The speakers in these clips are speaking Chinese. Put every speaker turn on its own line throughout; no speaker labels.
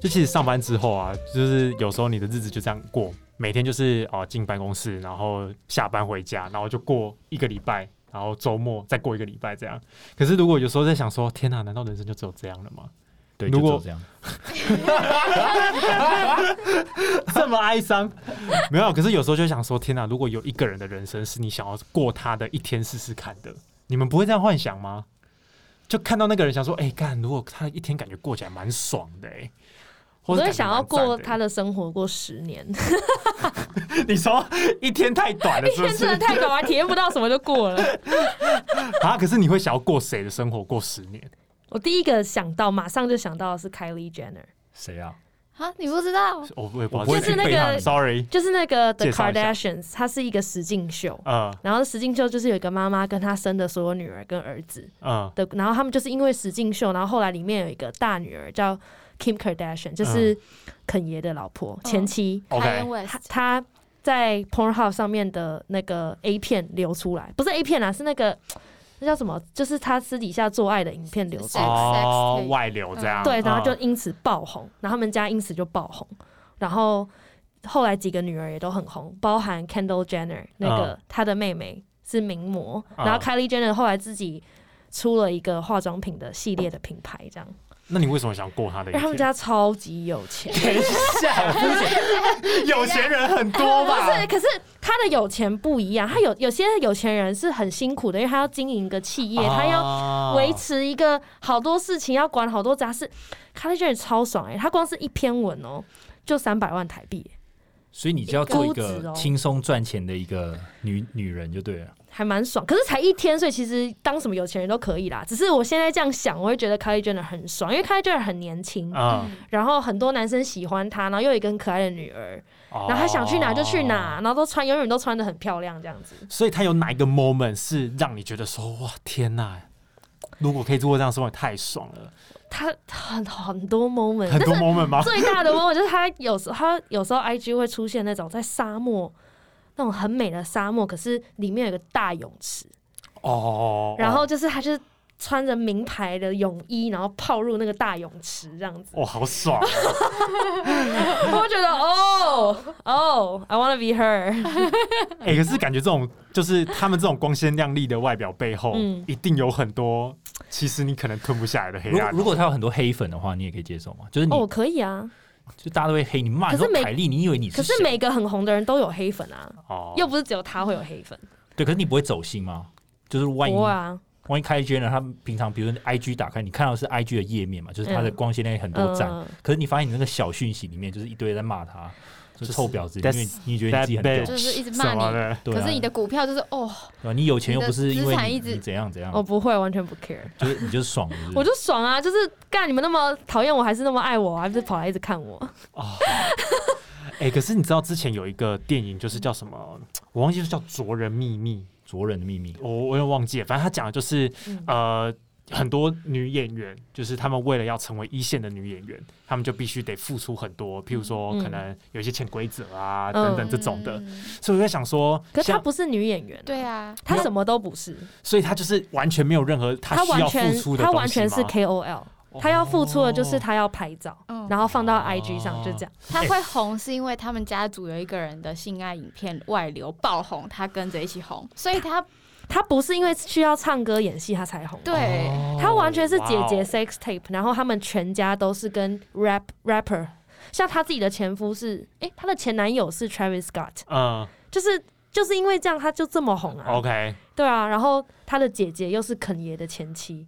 就其实上班之后啊，就是有时候你的日子就这样过，每天就是哦进办公室，然后下班回家，然后就过一个礼拜，然后周末再过一个礼拜这样。可是如果有时候在想说，天哪、难道人生就只有这样了吗？
对，
如
就只有
果
这样，
这么哀伤？没有，可是有时候就想说，天哪、如果有一个人的人生是你想要过他的一天试试看的，你们不会这样幻想吗？就看到那个人想说，哎、干，如果他一天感觉过起来蛮爽的、欸，
我
或者
会想要过他
的，
的生活过 十年，
你说 一天太短了，
一
是不
天
是
真的？太短了，体验不到什么就过 了。
啊，可是你会想要过谁的生活过十年？
我第一个想到，马上就想到的是 Kylie Jenner，
谁啊？
啊，你不知道？
我我也不知道
我不会
这
就是那个
背他的
Sorry，
就是那个 The
介绍一下
Kardashians，它是一个实境秀。
嗯
然后实境秀就是有一个妈妈跟她生的所有女儿跟儿子
嗯
的，然后他们就是因为实境秀，然后后来里面有一个大女儿叫 Kim Kardashian，就是
嗯
肯爷的老婆、
嗯
前妻，
，OK，
她
West，
她在 Pornhub 上面的那个 A 片流出来，不是 A 片啦，是那个那叫什么？就是她私底下做爱的影片流出来。
Sex-
哦
sex，tape
外流这样，
对，然后就
嗯
因此爆红，然后他们家因此就爆红，然后后来几个女儿也都很红，包含 Kendall Jenner 那个她的妹妹是名模，
嗯
然后 Kylie Jenner 后来自己出了一个化妆品的系列的品牌，这样，
那你为什么想过他的一
因为
天？
他们家超级有钱。
等一下，好肤浅有钱人很多
不
吧
是，？可是他的有钱不一样，他有有些有钱人是很辛苦的，因为他要经营一个企
啊
业，他要
要
维持一个好多事情，要管好多杂事。Kylie Jenner 超爽哎、欸，他光是一篇文哦、就三百万台币欸、
所以你就要做一
钩子
个
哦
轻松赚钱的一个女女人就对了。
还蛮爽。可是才一天，所以其实当什么有钱人都可以啦。只是我现在这样想，我会觉得 Kylie Jenner 很爽，因为 Kylie Jenner 很年轻，
啊，
然后很多男生喜欢她，然后又有一个很可爱的女儿，
然
然后她想去哪就去哪，。然后都穿永远都穿的很漂亮这样子。
所以他有哪一个 moment 是让你觉得说哇天哪，如果可以做这样的生活太爽了？
她很很多 moment，
很
但
多
是
moment 吗？
最大的 moment 就是她有时候她有时候 IG 会出现那种在沙漠。那种很美的沙漠，可是里面有一个大泳池，
哦，
然后就是她就是穿着名牌的泳衣，然后泡入那个大泳池这样子。
哦，好爽啊！
我觉得哦哦，I wanna be her，
嗯
哎，可是感觉这种就是他们这种光鲜亮丽的外表背后
嗯，
一定有很多其实你可能吞不下来的黑
如
暗。
如果她有很多黑粉的话，你也可以接受嘛？就是你
哦，我可以啊。就
就大家都会黑你骂，
可
你
是
说
每
凯莉，你以为你
可
是
是
谁？
每个很红的人都有黑粉啊，
哦
又不是只有他会有黑粉。
对，可是你不会走心吗？就是万一
我啊，
万一开 J 呢，他们平常比如说 IG 打开，你看到是 IG 的页面嘛，就是它的
嗯
光鲜亮丽很多赞，
嗯，
可是你发现你那个小讯息里面就是一堆人在骂他，
就
就
是
是臭婊子，因
that's-
为你觉得你自己很屌
that bitch
就是一直骂
什么
你。
的，
对啊
可是你的股票就是哦，
对吧你有钱又
你的
不是因
资
为
产
你
一直
你怎样怎样，
嗯哦我不会，完全不 care，
就是你就是爽，是不是
我就爽啊，就是干你们那么讨厌我，还是那么爱我，还不是跑来一直看我？
哦，哎、可是你知道之前有一个电影，就是叫什么？我忘记是叫《卓人秘密
卓人的秘密》，。
我我也忘记了。反正他讲的就是、
嗯
呃，很多女演员，就是她们为了要成为一线的女演员，她们就必须得付出很多，譬如说
嗯
可能有一些潜规则啊、
嗯
等等这种的。
嗯。
所以我在想说，
可是她
像
不是女演员，，
对啊，
她什么都不是，
所以她就是完全没有任何她
她
需
完
要
全
付出的
她
东西
完全
吗
是 KOL，她要付出的就是
哦
她要拍照，
嗯，
然后放到 IG 上，就这样。
他会红是因为他们家族有一个人的性爱影片外流爆红，他跟着一起红，所以他
她不是因为需要唱歌演戏她才红，
对
哦
她完全是姐
哇
姐
哦
sex tape，然后他们全家都是跟 rap rapper，像她自己的前夫是，诶，她的前男友是 Travis Scott，
嗯
就是就是因为这样她就这么红啊
，OK，
对啊，然后她的姐姐又是肯爷的前妻，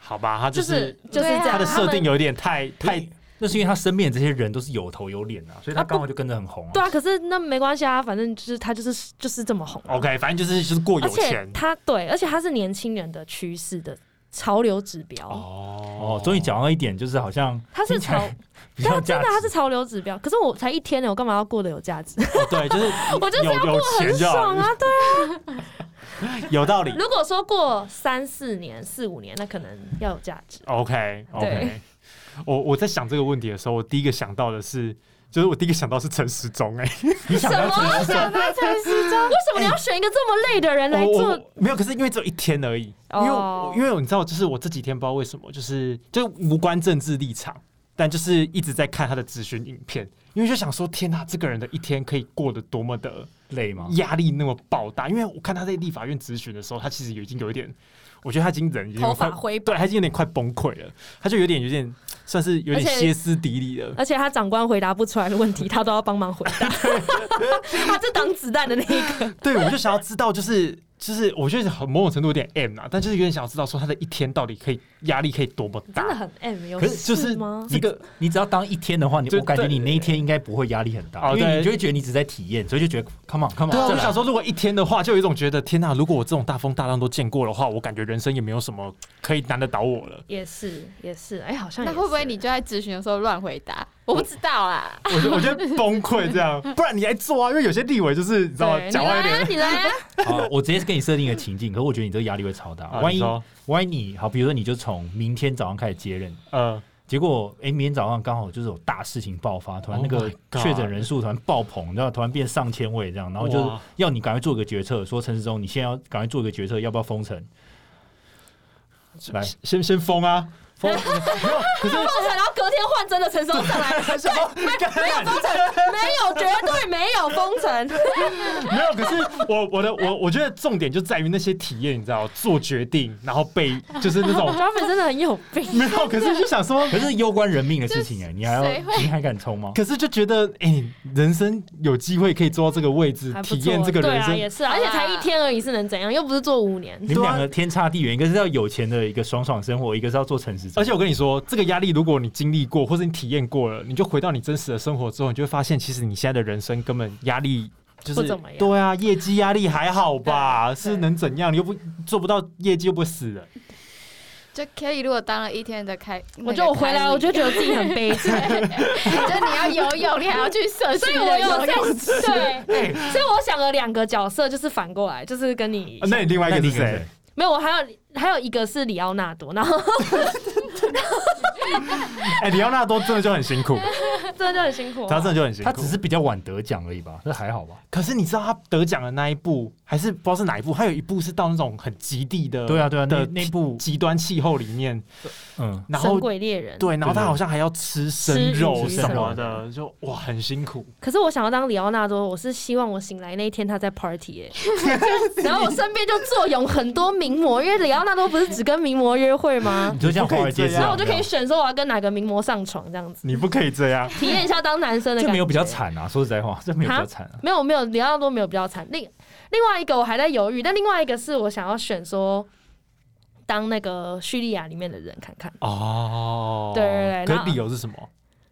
好吧，她
就是就是
对啊
这
他
样，
的设
他们
定有点太太
太，那是因为他身边的这些人都是有头有脸啊，所以他
啊不
刚好就跟着很红
对
啊。
啊，可是那没关系啊，反正就是她就是就是这么红啊、
OK，反正就是就是过有
而且
钱
她对，而且她是年轻人的趋势的潮流指标，
哦
哦，终于讲到一点，就是好像
她是
听起
潮
来，比
对
较
啊，真
价
的她是
值。
潮流指标，可是我才一天呢，我干嘛要过得有价值？
哦对，就是
我就是
有有钱
很
就好
爽，啊，对。
有道理。
如果说过三四年、四五年，那可能要有价值。
OK
对
OK，我我在想这个问题的时候，我第一个想到的是，就是我第一个想到是陈时中，哎，
你想要
么？想他才时钟？为什么你要选一个这么累的人来
哦 我
做？
我没有，可是因为只有一天而已，因为我
哦
因为你知道，就是我这几天不知道为什么，就是就是无关政治立场，但就是一直在看他的咨询影片，因为就想说，天哪，这个人的一天可以过得多么的
累吗？
压力那么爆大。因为我看他在立法院咨询的时候，他其实已经有一点，我觉得他已经人已经
头发
快
灰白
对，他已经有点快崩溃了，他就有点有点算是有点
而且呃
歇斯底里了。
而且他长官回答不出来的问题，他都要帮忙回答。 他是挡子弹的那一个，
对，我就想要知道，就是就是，我觉得很某种程度有点 M 啊，但就是有点想要知道说他的一天到底可以压力可以多么
真的
大。
很 M，有
可是就是
事吗？
这个
你只要当一天的话，你
就
我感觉
对
你那一天应该不会压力很大，
哦
因为
对
你就会觉得你只在体验，所以就觉得 come on come on，
对啊，我
再
就
来
想说，如果一天的话，就有一种觉得天呐，如果我这种大风大浪都见过的话，我感觉人生也没有什么可以难得倒我 了。
也是也是，哎、好像
那
也
会不会
是
你就在咨询的时候乱回答？我不知道啊啦。
我就我就崩溃这 样，不然你来做啊，因为有些立委就是你知道吗
对
讲话有
你来
点
啊，你来啊！
好我直接跟你设定一个情境，可是我觉得你这个压力会超大。
啊
万
你
一
说
万一你好，比如说你就从明天早上开始接任，
啊
呃，
结果哎、诶明天早上刚好就是有大事情爆发，突然
Oh
那个
my God
确诊人数突然爆棚，然后突然变上千位这样，然后就是
哇
要你赶快做个决策，说陈世忠，你现在要赶快做个决策，要不要封城？来
呃先先封啊，
封，
可是封城，然后隔天换真的陈松 上来，
什么？
没有封城，没有，绝对没有封城。
没有，可是我我的我我觉得重点就在于那些体验，你知道，做决定，然后被就是那 种。
他们真的很有病
没有，可是就想 说，
可是攸关人命的事情哎、你还
谁
要
会
你还敢冲吗？
可是就觉得，哎、人生有机会可以做到这个位置
还，不
体
错
验这个人
对啊，
生，
也是啊，而且才一天而已，是能怎样？又不是做五年。
你们两个天差地远，一个是要有钱的一个爽爽生活，一个是要做诚实生活。
而且我跟你说，这个压力，如果你经历过或者你体验过了，你就回到你真实的生活之后，你就会发现，其实你现在的人生根本压力就是
不怎么样
对啊，业绩压力还好吧？
对
是能怎样？你又不做不到业绩，又不会死人。
就 Kelly 如果当了一天的开，
我觉得我回来，我就 觉得自己很 悲惨，
得就你要游泳，你还要去社
所
区
以我
的
有
游
在
泳池。
对， 所以我想了两个角色，就是反过来，就是跟你
哎啊那你另外一
那
个
你
是
跟谁
谁？？
没有，我还有还有一个是里奥纳多，然后
哎，里奥纳多真的就很辛 苦，
真的就很辛苦啊。
他真的就很辛苦。
他只是比较晚得奖而已吧，这还好吧？
可是你知道他得奖的那一部，还是不知道是哪一部？还有一部是到那种很极地的，
对啊，对啊，那
的
那部
极端气候里面，
嗯，
然
神
后
鬼猎人。
对，然后
对
他
对
好像还要吃
吃
生
鱼
肉
生
什
肉
么的，就哇很辛苦。
可是我想要当里奥纳多，我是希望我醒来那一天他在 party，、耶然后我身边就坐拥很多名模，因为里奥纳多不是只跟名模约会吗
你？就像华尔街
不可
啊
以这
之
样
然
狼
后我就可以选说我要跟哪个名模上床这 样子，
你不可以这样，
体验一下当男生的
这
感觉。
没有比较惨啊，说实在话，这没有比较惨啊。
没有没有，里奥纳多没有比较惨。另另外一个我还在犹豫，但另外一个是我想要选说当那个叙利亚里面的人看看，
哦，
对对对
可
那
是理由是什么？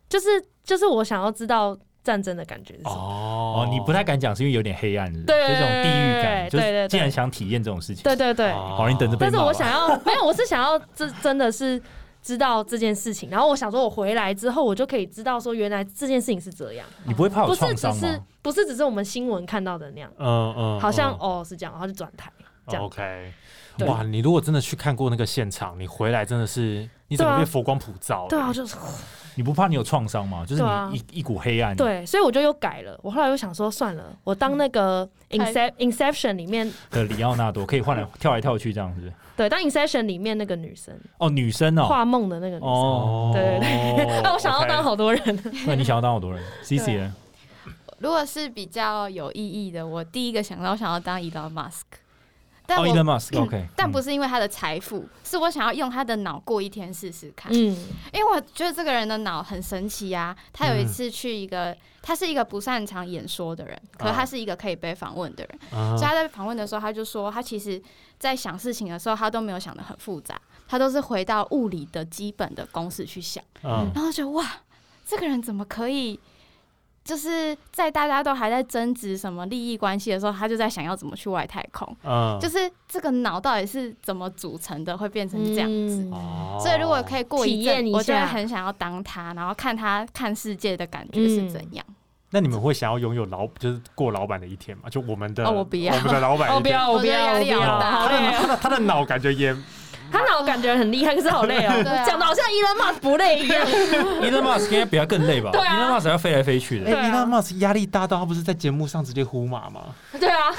就是就是我想要知道战争的感觉是什么。
哦
哦，你不太敢讲，是因为有点黑暗，是不是
对
就这种地狱感，
对对
就
对
是
对
既然想体验这种事情，
对对对，
哦
好，你等着被
但是
骂吧。
我想要没有，我是想要这真 的是知道这件事情，然后我想说，我回来之后我就可以知道说，原来这件事情是这样，
你不会怕
不
有
是
创
只
伤
是
吗？
不是只是我们新闻看到的那样，
嗯嗯
好像
嗯
哦是这样，然后就转台这
哦
样。
哦 OK。
对
哇，你如果真的去看过那个现场，你回来真的是你怎
对
么
啊
被佛光普照了？
对啊，我就是
嗯你不怕你有创伤吗？就是
对啊
你一一股黑暗，，
对，所以我就又改了。我后来又想说，算了，我当那个
嗯
Incep Inception 里面，
的里奥纳多可以换来跳来跳去这样子。
对，当 Inception 里面那个女生，
哦，女生哦，
画梦的那个女生。
哦，
对
对
哎，我想要
嗯
当好多人，
那你想要当好多 人，C C 呢？
如果是比较有意义的，我第一个想到我想要当 Elon Musk，但
哦
我、
，Elon
嗯
Musk，OK，
但不是因为他的财富，是我想要用他的脑过一天试试看。
嗯，
因为我觉得这个人的脑很神奇啊。他有一次去一个，他是一个不擅长演说的人，可是他是一个可以被访问的人。
啊
所以他在访问的时候，他就说，他其实在想事情的时候，他都没有想的很复杂，他都是回到物理的基本的公式去想。
嗯
然后就哇，这个人怎么可以？就是在大家都还在争执什么利益关系的时候，他就在想要怎么去外太空，
嗯，
就是这个脑到底是怎么组成的，会变成嗯这样子。
嗯
哦
所以如果可以过
体
一
验
阵
一，下
我就会很想要当他，然后看他看世界的感觉是怎
嗯
样。
那你们会想要拥有老，就是过老板的一天吗？就我们的，
哦我不要
我们的老板一天，
哦，不要，我不
我觉得
要，
压
我
力
不
好
要，
大啊
好
他的
累
脑
哦
他的他的脑感觉也
他脑我感觉很厉害，可是好累 哦
对啊，
讲的好像伊人马不累一样。
嗯 Elon Musk 应该比他更累吧
对啊
？Elon Musk 要飞来飞去的
哎，
对，啊
Elon Musk 压力大到他不是在节目上直接呼马吗？
对啊，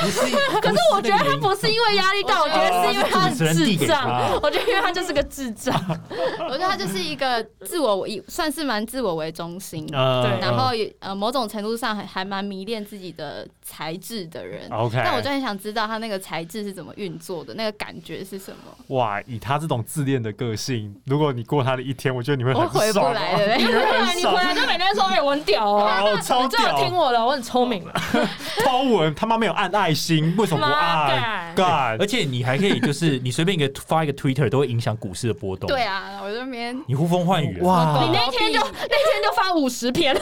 不是？
可是我觉得他不是因为压力大，我觉
哦
得是因为他很
主持人递给
智
他
障。我觉得因为他就是个 智障。
我觉得他就是一个自我为，算是蛮自我为中心，
呃
对
然后也呃某种程度上还还蛮迷恋自己的才智的人。
哦 OK，
但我就很想知道他那个才智是怎么运作的，那个感觉是什么？
哇，以他这种自恋的个性，如果你过他的一天，我觉得你会
我
很
回不
爽
来
啊
了，
你会
对，
很
你回
爽，
来就每天说哎我很屌哦，
好超
你最好听
屌，
我的，我很聪明。
超文他妈没有按爱心，为什么不按
妈
？God，
而且你还可以就是你随便一个发一个 Twitter 都会影响股市的波动。
对，啊，我这边
你呼风唤雨啊。
哇
你那天就那天就发五十篇，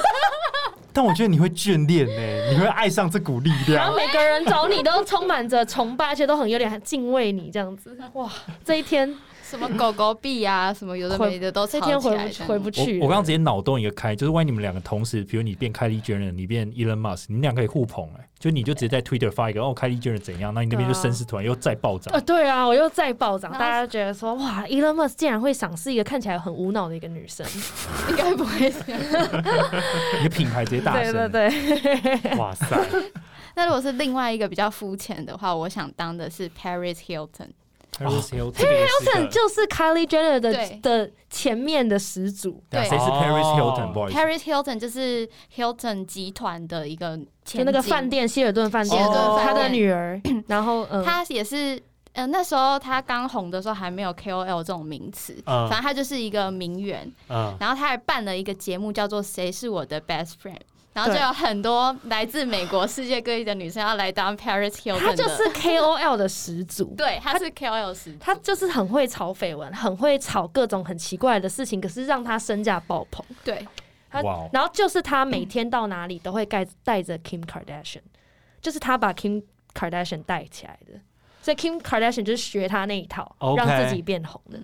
但我觉得你会眷恋呢，你会爱上这股力
然
量
后。每个人找你都充满着崇拜，而且都很有点敬畏你这样子。哇，这一天
什么狗狗币啊，什么有的没的都
这
吵
天
起
回
来
不
的
去，回不
我
去。
我刚刚直接脑洞一个开，就是万一你们两个同时，比如你变凯利·杰伦，你变 Elon Musk，你们俩可以互捧哎、就你就直接在 Twitter 发一个哦，凯利·杰伦怎样，那你那边就
对啊
声势突然又再暴涨
呃，，对啊，我又再暴涨，
然后
大家觉得说哇，Elon Musk 竟然会赏识一个看起来很无脑的一个女生，
应该不会这样。
你的品牌直接大
对
升。欸
对对，
哇塞，
那如果是另外一个比较肤浅的话，我想当的是 Paris Hilton。
Paris Hilton 这个也是一
嗯
个
就是 Kylie Jenner 的
对
的前面的始祖，
对啊
对
谁是 Paris
哦
Hilton？不好意思，
Paris Hilton 就是 Hilton 集团的一个前
就那个
景
饭，店希尔顿饭店
希尔
哦
顿饭店
的他的女 儿，然后嗯，
她也是。呃，那时候她刚红的时候还没有 KOL 这种名词，
嗯
啊
反正她就是一个名媛。
嗯，
然后她还办了一个节目叫做《谁是我的 Best Friend》，然后就
对
有很多来自美国世界各地的女生要来当 Paris Hilton
她
的
就是 KOL 的始祖。
对，她是 KOL 时，
她就是很会炒绯闻，很会炒各种很奇怪的事情，可是让她身价爆棚。
对
她
哇哦，
然后就是她每天到哪里都会带带着 Kim Kardashian，就是她把 Kim Kardashian 带起来的，所以 Kim Kardashian 就是学她那一套
OK
让自己变红的。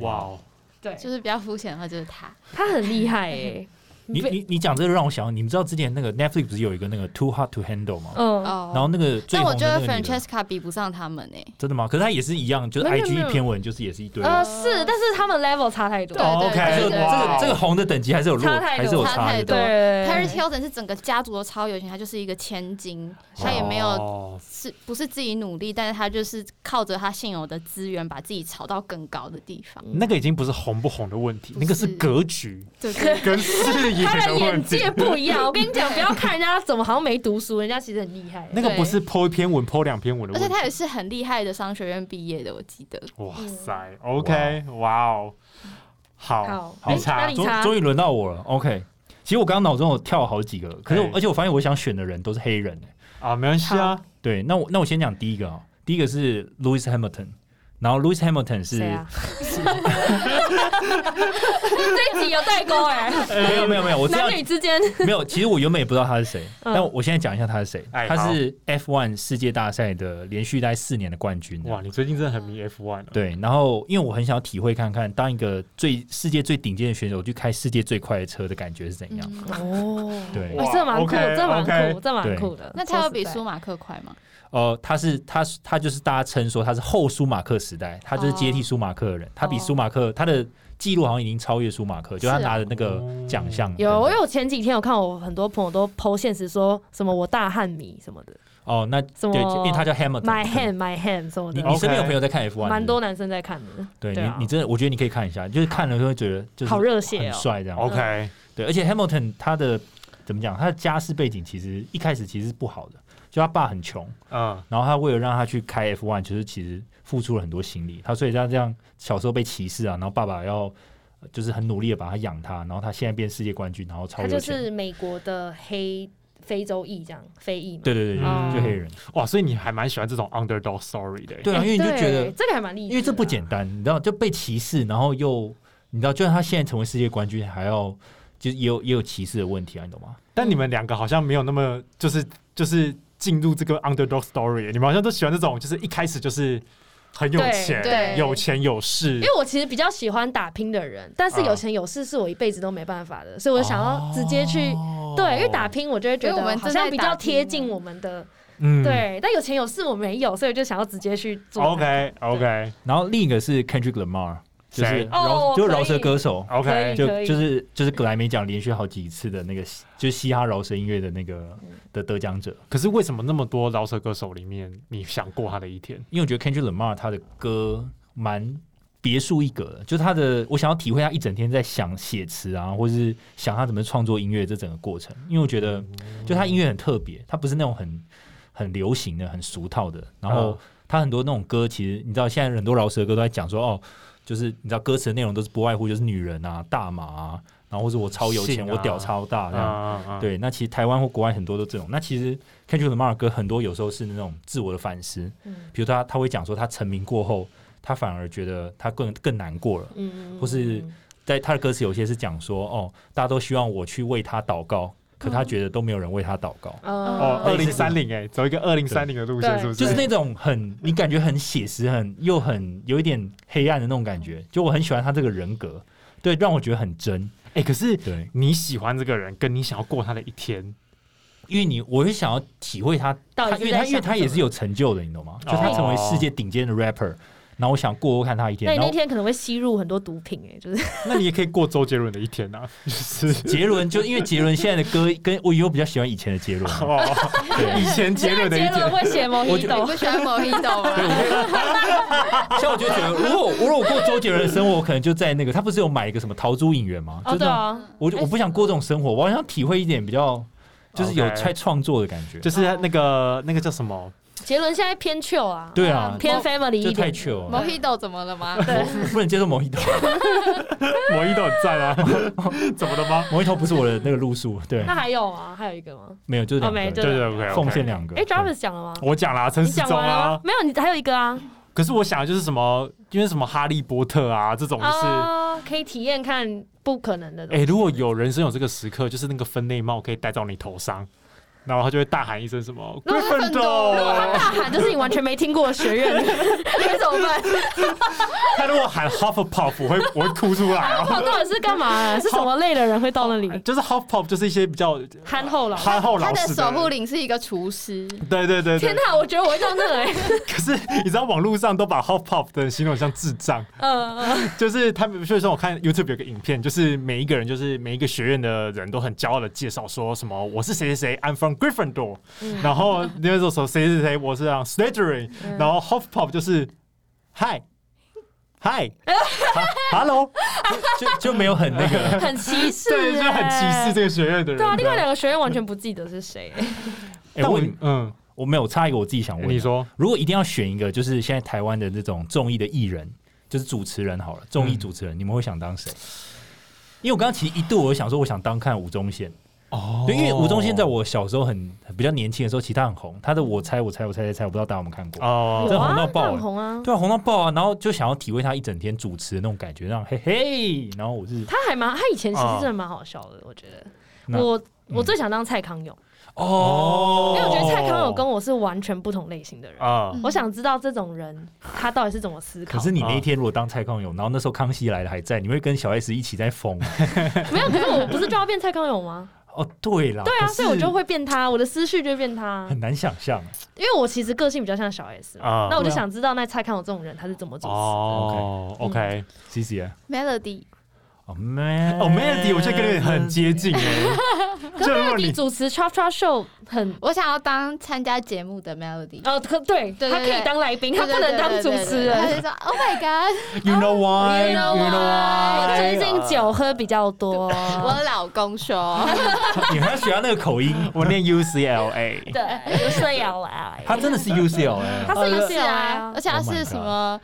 哇哦，
对，
就是比较肤浅的话就是她。
她很厉害哎、
你你你讲这个让我想到，你们知道之前那个 Netflix 不是有一个那个 Too Hot to Handle 吗？
嗯，
哦
然后那个最
但我
红
觉
的
得
那个女的，
Francesca 比不上他们呢、欸
真的吗？可是她也是一样，就是
没有没
IG
有
篇文就是也是一堆。
呃是，但是他们 level 差太多。
对
哦 OK，
对
这个这
对对
个
对
这个红的等级还是有落，
差太多
还是有
差
差
太
的。
多
对
Paris Hilton 是整个家族都超有钱，他就是一个千金，他也没
哦
有
有
是不是自己努力，但是他就是靠着他现有的资源把自己炒到更高的地方。
那个已经不是红不红的问题，那个是
不是
格局
对对
跟视野
他的
的
眼
问题
界。不一样，我跟你讲，不要看人家怎么好像没读书，人家其实很厉害。
那个不是剖一篇文、剖两篇文的
而
问
且
题。
他也是很厉害的商学院毕业的，我记得。
哇塞，OK，哇哦，好
好，
好
理查
哎
那你
终
查
终于轮到我了。OK，其实我刚刚脑中有跳好几个，可是我
哎
而且我发现我想选的人都是黑人、欸。
啊，没关系啊，
对，那我那我先讲第一个啊、第一个是 Louis Hamilton，然后 Louis Hamilton 是、
谁啊？ 这一集有代沟哎，
没有没有没有，我知道
男女之间
没有，其实我原本也不知道他是谁，
嗯
但我现在讲一下他是谁。
哎
他是 F1 世界大赛的连续大概四年的冠军。
哇，你最近真的很
嗯
迷啊 F1 了。
对，然后因为我很想要体会看看，当一个最世界最顶尖的选手去开世界最快的车的感觉是怎样。
嗯
哦，
对
哇，
这蛮酷，
OK，
这蛮
OK
酷，这蛮酷的。
那他有比
说
舒
实在
马克快吗？
呃，他是他是他就是大家称说他是后舒马克时代，他就是接替舒马克的人，他比
哦
舒马克他的记录好像已经超越舒马克，就他
是啊
拿的那个奖项等等。
有，我有前几天有看我很多朋友都 PO 现实说什么我大汉迷什么的
哦，那
什么
哦对，因为他叫 Hamilton。
，My Hand My Hand 什么
你
的
你，身边有
OK
朋友在看 F1？
蛮多男生在看的，
对
对啊
你，你真的，我觉得你可以看一下，就是看了就会觉得就是
好热血
很
哦。
帅这样。
OK，
对，而且 Hamilton 他的怎么讲，他的家世背景其实一开始其实是不好的，就他爸很穷，
嗯，
然后他为了让他去开 F1，就是其实付出了很多心力。他所以他这样小时候被歧视啊，然后爸爸要呃就是很努力的把他养他，然后他现在变世界冠军，然后超
他
有
就
钱。
是美国的黑非洲裔这样，非裔嘛。
对对对，
嗯
就黑人。
哇，所以你还蛮喜欢这种 underdog story 的欸。
对啊，
哎
因为你就觉得
对，这个还蛮厉害，
因为这不简单，你知道，就被歧视，然后又你知道，就算他现在成为世界冠军，还要就是也有也有歧视的问题啊，你懂吗？
但你们两个好像没有那么，就是就是进入这个 underdog story，你们好像都喜欢这种，就是一开始就是很有
对
钱，
对
有钱有势
因。为我其实比较喜欢打拼的人，但是
啊
有钱有势是我一辈子都没办法的，所以我想要直接去、
哦
对，因为打拼我就会觉啊
因
得
为我们
好
正在
像比较
打拼
贴近我们的
嗯，
对，但有钱有势我没有，所以我就想要直接去做。
哦
，OK OK
然后另一个是 Kendrick Lamar，就是
谁
饶
哦
就是
可
饶舌
以
歌手，
可
OK，
以
就就是就是格莱美奖连续好几次的那个，就是嘻哈饶舌音乐的那个的得奖者。
可是为什么那么多饶舌歌手里面，你想过他的一天？
因为我觉得 Kendrick Lamar 他的歌蛮别树一格的，就是他的我想要体会他一整天在想写词啊，或是想他怎么创作音乐这整个过程。因为我觉得，就他音乐很特别，他不是那种很很流行的、很俗套的。然后
嗯
他很多那种歌，其实你知道，现在很多饶舌歌都在讲说，哦，就是你知道歌词的内容都是不外乎就是女人啊、大麻啊，然后或者我超有钱，
性啊
我屌超大这样。
啊啊
对，那其实台湾或国外很多都这种。那其实 Kendrick Lamar 的歌很多有时候是那种自我的反思，
嗯
比如他他会讲说，他成名过后，他反而觉得他更更难过了。
嗯
或是在他的歌词有些是讲说，哦，大家都希望我去为他祷告，可他觉得都没有人为他祷告，
哦，
呃
二
类
零
似
三零哎，走一个二零三零的路线，
对
是不是？
就是那种很你感觉很写实，很又很有一点黑暗的那种感觉。就我很喜欢他这个人格，对，让我觉得很真。
哎，可是
对，
你喜欢这个人，跟你想要过他的一天，
因为你我会想要体会他，
到
他
底
因为
是在
他因为
想
他
什
也
么
是有成就的，你懂吗？就他成为世界顶尖的 rapper，然后我想过过看他一
那
天，然
你那
后。
天可能会吸入很多毒品哎、就是
那你也可以过周杰伦的一天 啊，就是
杰伦就因为杰伦现在的歌跟我又比较喜欢以前的杰伦，
哦，以前杰伦的一
杰伦
天，
会写某一
你
种
不喜欢 Mojito 吗？
像我就觉得，如果如果我过周杰伦的生活，我可能就在那个他不是有买一个什么桃珠影院吗？
哦，
就是
对
那种
啊，
我就我不想过这种生活，我好想体会一点比较就是有
OK
在创作的感觉，
就是那个那个叫什么？
杰伦现在偏 chill 啊，
对啊
偏 family
就
一
太
点，
chill 了，
Mojito 怎么了吗？
我不能接受某 一头，
魔一都很赞 啊，怎么了吗？
某一头不是我的那个路数，对
那，还有啊，还有一个吗？
没有就是
哦没
两
就
个
对对，OK，
奉献两个，
哎、j a r v i s 讲了吗？
我讲啦，陈
你
时
讲
中
完了吗
啊？，
没有，你还有一个啊，
可是我想的就是什么，因为什么哈利波特啊这种就是。
啊，可以体验看不可能的东
哎、
西。
如果有人生有这个时刻，就是那个分类帽可以戴到你头上，然后他就会大喊一声什么
如果是 Gryffindor，如果
？Gryffindor！
大喊就是你完全没听过的学 院，你会怎么办？
他如果喊 Hufflepuff，我会我会哭出来哦。
哦，到底是干嘛、是什么类的人会到那里？
就是 Hufflepuff 就是一些比较
憨厚老师。
憨厚
他
老
的
实
守护
人。
灵是一个厨师，
对对对
天
对，
哪，我觉得我会到那里。
可是你知道网络上都把 Hufflepuff 的人形容像智 障，
嗯嗯
就是他们，所以说我看 YouTube 有个影片，就是每一个人，就是每一个学院的人都很骄傲的介绍说什么我是谁谁谁，I'm from Gryffindor，、
嗯
然后那时候说谁谁谁我是让 Slytherin，、
嗯
然后 Hufflepuff 就是 Hi Hi h e l l o
就就没有很那个，
很歧视、
对，就很歧视。这个学院的人。
对啊，另外两个学院完全不记得是谁、
哎，
但
我
我嗯，
我没有插一个我自己想问的，
哎你说
如果一定要选一个，就是现在台湾的这种综艺的艺人，就是主持人好了，综艺主持人，你们会想当谁？因为我刚刚其实一度我想说，我想当看吴宗宪，
哦
对，因为吴宗宪在我小时候很很比较年轻的时候，其实他很红，他的我猜我猜我猜猜猜，我不知道大家有没有看过，
哦
这
有
红
啊，
到爆
那很
欸
红啊，
对啊，红到爆啊，然后就想要体会他一整天主持的那种感觉，让嘿嘿，然后我是
他还蛮，他以前其实
哦
真的蛮好笑的，我觉
那
得。我
嗯
我最想当蔡康永，
哦
因为我觉得蔡
哦
康永跟我是完全不同类型的人。
啊
嗯
我想知道这种人他到底是怎么思
可
考。
是你那一天如果当蔡康永，然后那时候康熙来了还在，你会跟小 S 一起在疯
没有，可是我不是就要变蔡康永吗？
哦？对啦，
对啊，
可是
所以我就会变他，我的思绪就会变他，
很难想象。啊
因为我其实个性比较像小 S 嘛。
啊
那我就
对啊
想知道，那蔡康永这种人他是怎么主持的？
哦，OK，
C C 啊，
Melody，
哦 man，
哦，Melody，我觉得跟你很接近哎，就如果
你
你
主持 Chop Chop Show 很
我想要当参加节目的 Melody。
呃，可对，
哦对对
他可以
对
当来宾， 他不能当主持
对对对对对他
人。
就说 Oh my God，
You know why?
哎
You know why？
我最近酒喝比较 多，
我老公说，
你还要学他那个口音，
我念 UCLA，
对，有睡摇来，
他真的是 UCL 哎、
他 是有
是
睡啊
啊，而，且他
Oh my
是
God
什么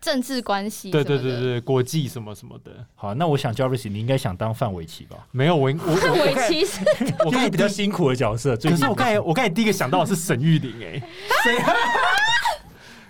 政治关系？
对对对，对，国际什么什么的，
好，那我想 Jarvis，你应该想当范玮琪吧？
没有我我
看
我
围棋是
我
就
刚
是
才
比
比
较
较，
辛苦的角色，最
可
近
是我刚才我刚才第一个想到的是沈玉玲哎，谁？欸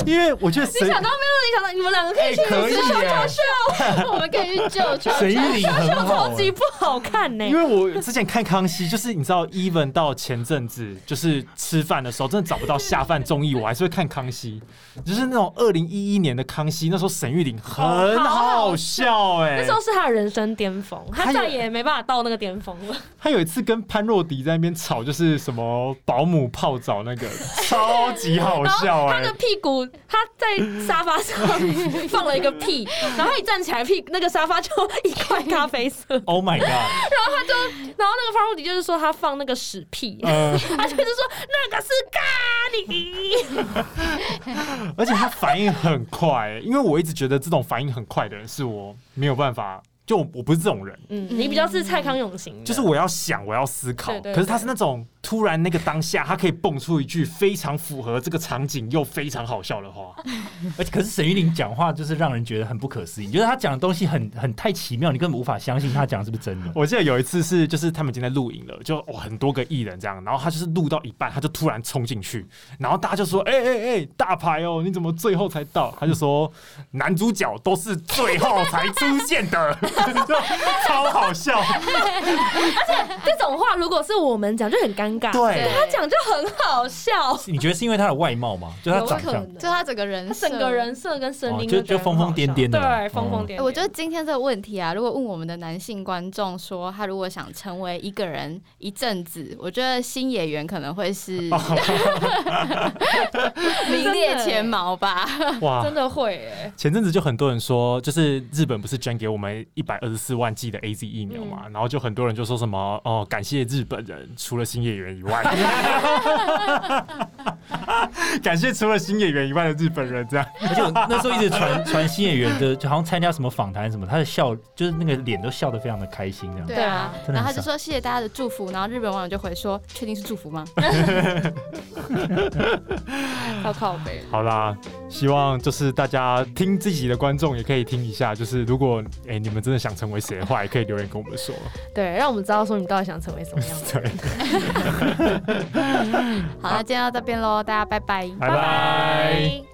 因为我觉得
你
沈
想到没有？你想到你们两个可以去
哎可
啊
以啊耶，
我们可以去救 球
沈
球
依。林很好
超级不好看呢、
因为我之前看康熙，就是你知道，even 到前阵子，就是吃饭的时候，真的找不到下饭综艺，我还是会看康熙，就是那种二零一一年的康熙，那时候沈玉玲很好笑哎、
那时候是他的人生巅峰，
他
他
有
再也没办法到那个巅峰了。
他有一次跟潘若迪在那边吵，就是什么保姆泡澡那 个，超级好笑
他
哎、
的屁股，他在沙发上放了一个屁，然后他一站起来，屁那个沙发就一块咖啡 色。
o h Oh my god！
然后那个方若迪就是说他放那个屎屁，
呃，
他就是说那个是咖 喱。
而且他反应很快、欸，因为我一直觉得这种反应很快的人是我没有办法，就我不是这种人。
嗯，你比较是蔡康永型的，
就是我要想，我要思考。
对对对
可是他是那种突然那个当下，他可以蹦出一句非常符合这个场景又非常好笑的话。
而且可是沈玉玲讲话就是让人觉得很不可思议，就是她讲的东西很很太奇妙，你根本无法相信她讲的是不是真的。
我记得有一次是，就是他们已经在录影了，就哇很多个艺人这样，然后他就是录到一半，他就突然冲进去，然后大家就说：“哎哎哎，大牌哦，你怎么最后才到？”他就说：“男主角都是最后才出现的， 就超好笑。
这种话，如果是我们讲就很尴”尬，
对。
他讲就很好笑，
你觉得是因为她的外貌吗？就她
有
啊长
可
相，
能
就。他整个人
他
设，
整个人设跟声
哦
音
就
觉
就
得
疯疯癫癫的
很好笑嗯
啦
对，疯疯癫
哦
癫
欸。我觉得今天这个问题啊，如果问我们的男性观众说，他如果想成为一个人一阵子，我觉得新演员可能 会是 名列前茅吧。
哇
真的会耶，
前阵子就很多人说，就是日本不是捐给我们一百二十四万剂的 A Z 疫苗嘛，然后就很多人就说什么哦，感谢日本人，除了新演员以外，感谢除了新演员以外的日本人，这样
而且我那时候一直传传新演员的，就好像参加什么访谈什么，她的笑就是那个脸都笑得非常的开心这样。
对啊，
真的很
然后他就
少
说谢谢大家的祝福，然后日本网友就回说，确定是祝福吗？
要靠背。
好啦，希望就是大家听自己的观众也可以听一下，就是如果哎、你们真的想成为谁的话，也可以留言跟我们说。
对，让我们知道说你到底想成为什么样 的人。
对，
好，那今天到这边喽，大家拜拜。
拜拜。